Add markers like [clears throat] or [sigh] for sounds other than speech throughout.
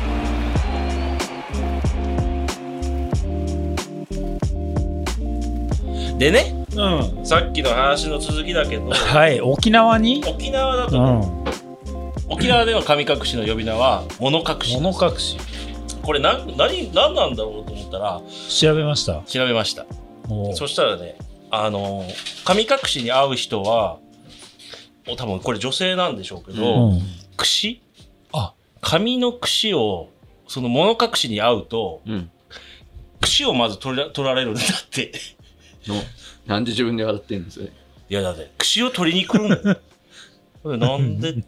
Hey. でね、うん。さっきの話の続きだけど、はい、沖縄に沖縄だうと、ん。沖縄では神隠しの呼び名は物隠し。物隠し。これ何、何、何なんだろうと思ったら、調べました。調べました。おうそしたらね、あの、神隠しに会う人は、もう多分これ女性なんでしょうけど、うん。櫛あ紙の櫛を、その物隠しに会うと、うん。櫛をまず取ら取られるんだって。の、なんで自分で笑ってんですね。いやだって、櫛を取りに来るんだよ。これなんで、い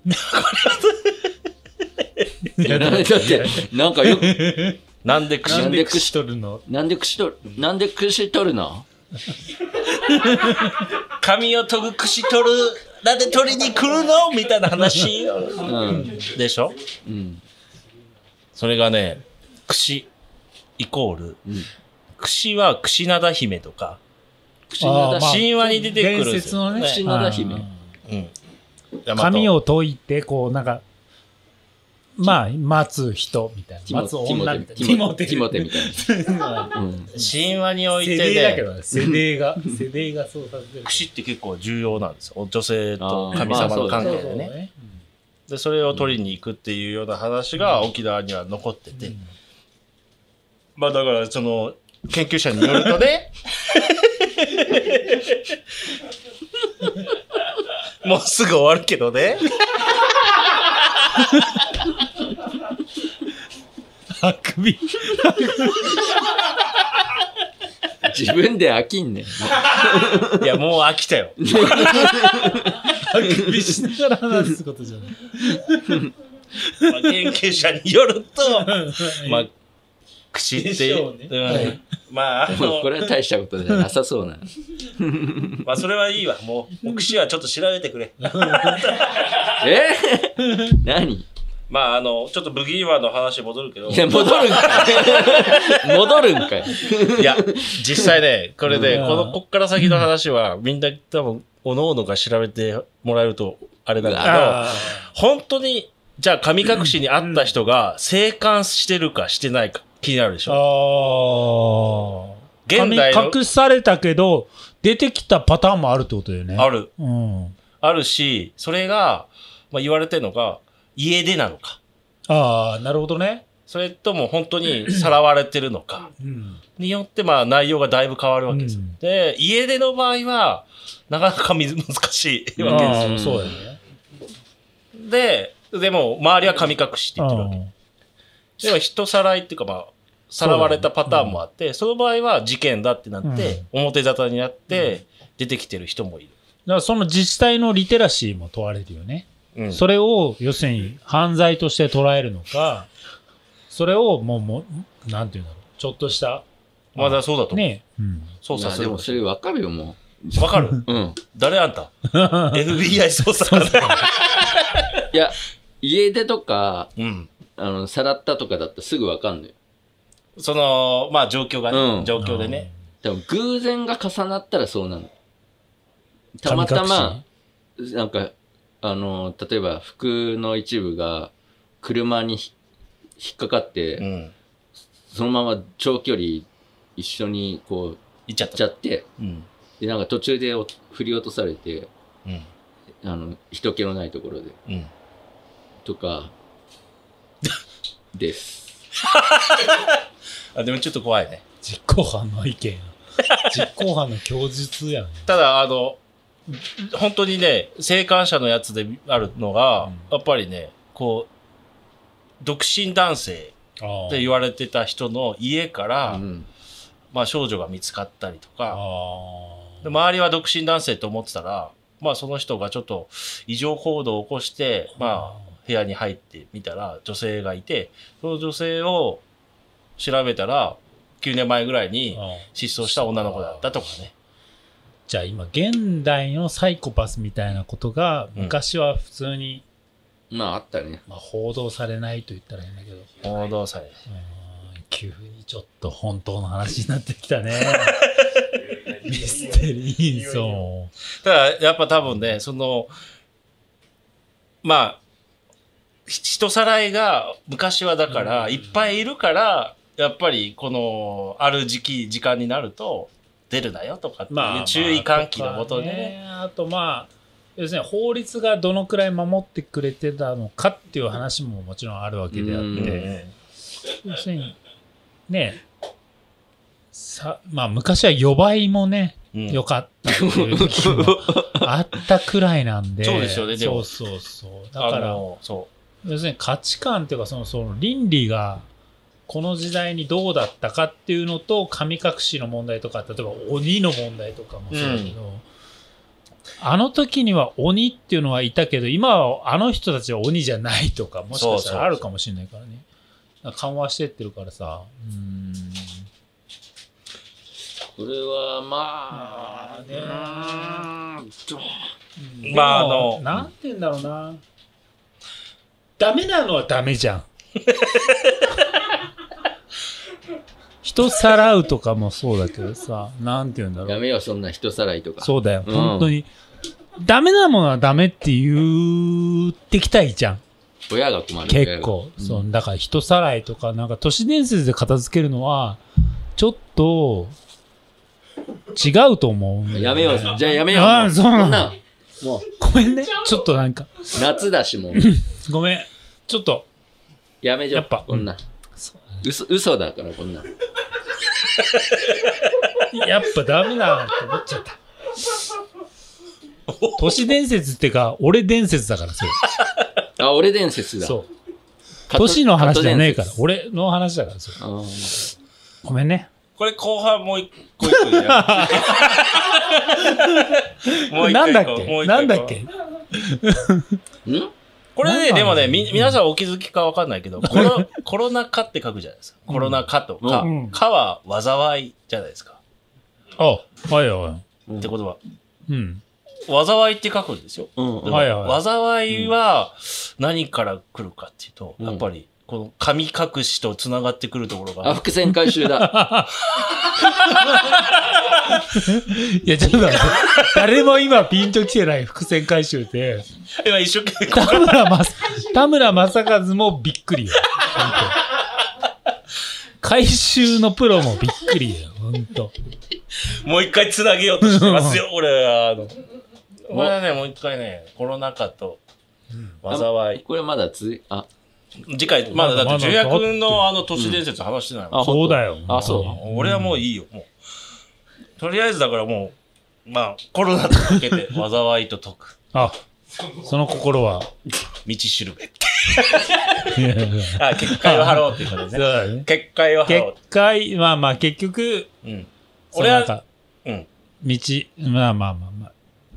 や、なんでだって、なんかよく、なんで櫛ななんんでで串取るのなんで串取る、なんで串取るの髪を研ぐ櫛取る、なんで取りに来るのみたいな話うん。でしょうん。それがね、櫛イコール、うん。櫛は櫛灘姫とか、串灘まあ神話に出てくるん伝ですよ説のね。串灘姫うん。髪を。を解いて、こう、なんか、まあ、待つ人みたいティな。モ待つ女みたティモテいな。ティモテティモテテみたいな。うん。神話において世代だけね、どね、世代が、世代がそうさせてる。櫛って結構重要なんですよ。女性とあー神様のまあ関そ係でうそうね。ね。で、それを取りに行くっていうような話が沖縄には残ってうてん。まあだから、その、研究者によると [laughs] ね、もうすぐ終わるけどね。あくび。自分で飽きんねん。いや、もう飽きた [laughs] よ。あくびしながら話すことじゃない。まあ研究者によると、まあ、口って、でしょうねうんはいまあ、あの、これは大したことじゃなさそうな。まあ、それはいいわ。もう、お口はちょっと調べてくれ。え何いまあ、あの、ちょっとブギーマンの話に戻るけど、や、戻るんかい。戻るんかい。いや、実際ね、これで、うんこの、こっから先の話は、みんな多分、おのおのが調べてもらえると、あれなんだあけど、本当に、じゃあ、神隠しにあった人が、生還してるかしてないか、気になるでしあょ。ー。現代の髪隠されたけど、出てきたパターンもあるってことだよね。ある。る、うん。あるし、それが、まあ、言われてるのが、家出なのか、ああ、なるほどね。それとも本当 [clears throat] にさらわれてるのか、うん。によって、まあ、内容がだいぶ変わるわけですよ。うんで、家出の場合は、なかなか難しいわけですよ。ああ、そうだよね。で、でも、周りは神隠しって言ってるわけ。では、人さらいっていうか、まあ、さらわれたパターンもあって、その場合は事件だってなって、表沙汰になって、出てきてる人もいる。だからその自治体のリテラシーも問われるよね。うんそれを、要するに犯罪として捉えるのか、それをもう、もう、なんていうんだろう。ちょっとした。まだそうだと思う。ね。うん。捜い査やすでるも。それわかるよ、もわか [laughs] るう。うん。誰あん [laughs] た ?FBI 捜査官。いや、家出とか、うん。あの、さらったとかだったらすぐわかんのよ。その、まあ、状況がうね、ん状況でね。でも偶然が重なったらそうなの。たまたま、なんか、あの、例えば服の一部が車にひ引っかかって、うん。そのまま長距離一緒にこう、行っちゃっ行っちゃた。って、うん。で、なんか途中でお振り落とされて、うん。あの、人気のないところで、うん。とか、 [laughs] です。あ、でもちょっと怖いね。実行犯の [laughs] 意見。実行犯の供述やね。ただ、あの、本当にね、生還者のやつであるのが、うんやっぱりね、こう、独身男性あって言われてた人の家から、うん。まあ少女が見つかったりとか、あで周りは独身男性と思ってたら、まあその人がちょっと異常行動を起こして、まあ部屋に入ってみたら女性がいて、その女性を調べたら、9年前ぐらいにあ。失踪した女の子だったとかね。じゃあ今、現代のサイコパスみたいなことが、うん昔は普通に、まああったね。まあ、報道されないと言ったらいいんだけど、報道される。うん急にちょっと本当の話になってきたね。ミステリーゾただ、やっぱ多分ね、その、まあ、ひ人さらいが昔はだから、いっぱいいるから、やっぱりこの、ある時期、時間になると、出るなよとかってーン。まあ、いまうあ注意喚起のもとでね。あとまあ、要するに法律がどのくらい守ってくれてたのかっていう話ももちろんあるわけであっうて、んえ要するに、ねさ、まあ昔は予売もね、えうん良かったっていう時期もあったくらいなんで。そうですよねでそもうそうそう。だあから、のそ要するに価値観っていうか、その、その倫理が、この時代にどうだったかっていうのと、神隠しの問題とか、例えば鬼の問題とかもそうだけど、あの時には鬼っていうのはいたけど、今はあの人たちは鬼じゃないとか、もしかしたらあるかもしれないからね。なんか緩和してってるからさ、うーん。これはまあまねあ、うーんとまああのでもなんて言うんだろうな。ダメなのはダメじゃん。 [laughs] 人さらうとかもそうだけどさ、なんて言うんだろやう。めよう、そんな人さらいとか。そうだよ、うん本当に。ダメなものはダメって言ってきたいじゃん。親が困る。結構。そのだから人さらいとか、なんか都市伝説で片付けるのは、ちょっと、違うと思うんだよねやめよう、じゃあやめよう。ああそうなのこんなもう、ごめんね。ちょっとなんか、夏だし [laughs] もう、ごめん。ちょっと、やめじゃやっぱこんな。嘘、嘘だから、こんな。やっぱダメだなって思っちゃった。都市伝説ってか、俺伝説だから、それ。あ、俺伝説だ。そう。カト都市の話じゃねえからカ、ト伝俺の話だから、それ。説あーごめんね。う。これ後半もう一個 [laughs] 一個でやるもう一個一個なんだっもうけ一個一個なんだっけんこれなんね、なのでもね、み、皆さんお気づきかわかんないけど、コロ、 [laughs] コロナ禍って書くじゃないですか。コロナ禍とかうん、禍は災いじゃないですか。あ、はいはって言葉。い。うん。災いって書くんですよ。うんうんはいはい災いは何から来るかっていうと、うんやっぱり、この神隠しと繋がってくるところあ、が、伏線回収 [laughs] だ。いや、ちょっと [laughs] 待って、誰も今ピンときてない伏線回収で、今一生懸命こ田村正、田村正和もびっくりよ。本当回収のプロもびっくりよ。本当。う、もう一回繋げようとしてます [laughs] よ、俺、あの。これはね、もう一回ね、コロナ禍と、災い。これまだつい、あ、次回、まだだまって、だ純也君まだのあの都市伝説話してないもんあそうだよ。あそう俺はもういいよ、もう。とりあえずだからもう、まあ、コロナとかけ [laughs] て、災いと解く。あ、その心は。道しるべ。いやいやいやあ、結界を張ろうっていうことでそうね。だね。 [laughs] 結界を張ろ結界、まあまあ結局、う。うん。その俺なんは、かうん。道、まあまあまあまあ、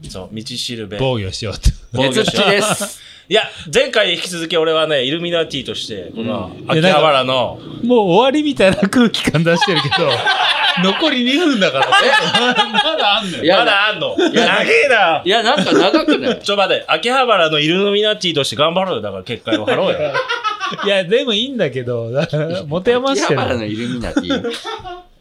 そう、道しるべ。防御しようと。 [laughs] 防御し熱よう好きです。 [laughs] いや、前回引き続き俺はね、イルミナティとして、この、秋葉原の、もう終わりみたいな空気感出してるけど、残り2分だから。 [laughs] まだあんのいよ。やまだ。だあんの長えないや、なんか長 [laughs] くないちょ、待て、秋葉原のイルミナティとして頑張ろうよ。だから結界を張ろう [laughs] よ。いや、でもいいんだけど、 [laughs] だから持て余して秋葉原る。のイルミナテ [laughs] ィ。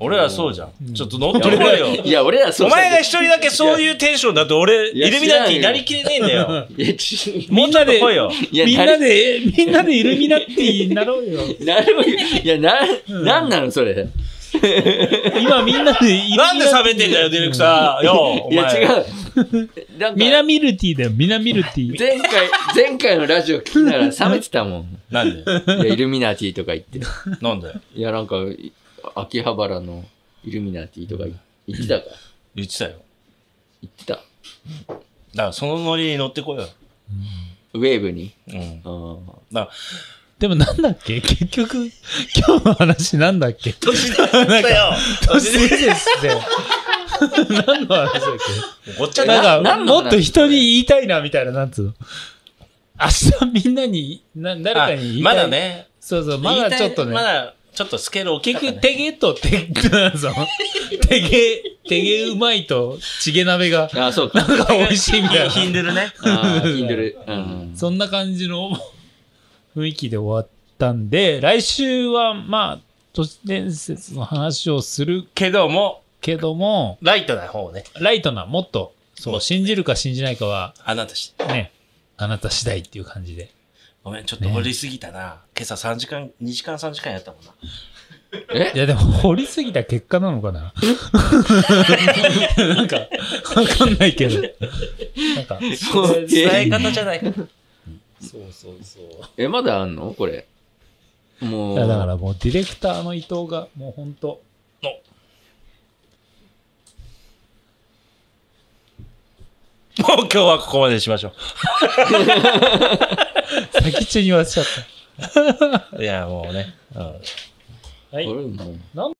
俺らそうじゃん。ちょっと乗っい取りやれ俺よら。いや、俺らそ [laughs] うおしたんだ前が一人だけそういうテンションだと俺、イいやルミナティになりきれねえんだよ。いや、ちもうちょっと来いよ。いやみんなで、みんなでイルミナティになろうよ。なるいや、な、なんなのそれ。今みんなでイルミナなんで喋ってんだよ、ディレクター。よ、おいや、前。違う。 [laughs] なんかミナミルティだよ、ミナミルティ。前回、前回のラジオ聞きながら冷めてたもん。なんでいや、イルミナティとか言って。なんでいや、なんか、い秋葉原のイルミナティとか言ってたか。言ってたよ。だ言ってた。からそのノリに乗ってこいよ。ウェーブに。うん。あーだかでもなんだっけ結局、今日の話なんだっけら、 [laughs] 年だったよ。都市伝説で。何の話だっごっちゃけにななっんか、何のも話っと人に言いたいな、みたいな、なんつうの。明日みんなに、な誰かに言いたい。まだ。ね。そうそう、まだちょっと言いたいね。まだ、ちょっとスケール大きか結った、ね局、。手芸と手、 [laughs] なんぞ、手芸、手芸うまいと、チゲ鍋が、あ、そ [laughs] うか。なんか美味しいみたいな。ヒンドゥルね。あー、ヒンドル。うん。そんな感じの雰囲気で終わったんで、来週は、まあ、都市伝説の話をするけども、けども、ライトな方をね、ライトな、もっと、そう、信じるか信じないかは、あなたして。ね、あなた次第っていう感じで。ごめん、ちょっと掘りすぎたな。今朝3時間、2時間3時間やったもんな。いや、でも、掘りすぎた結果なのか [laughs] ななんか、わかんないけど。なんか、そう伝え方じゃないか。そうそうそう。え、まだあんのこれ。もう。だからもう、ディレクターの伊藤が、もうほんと、もう今日はここまでにしましょ先中に忘れちゃっう。いや、もうね。うんた。はあれい。もう何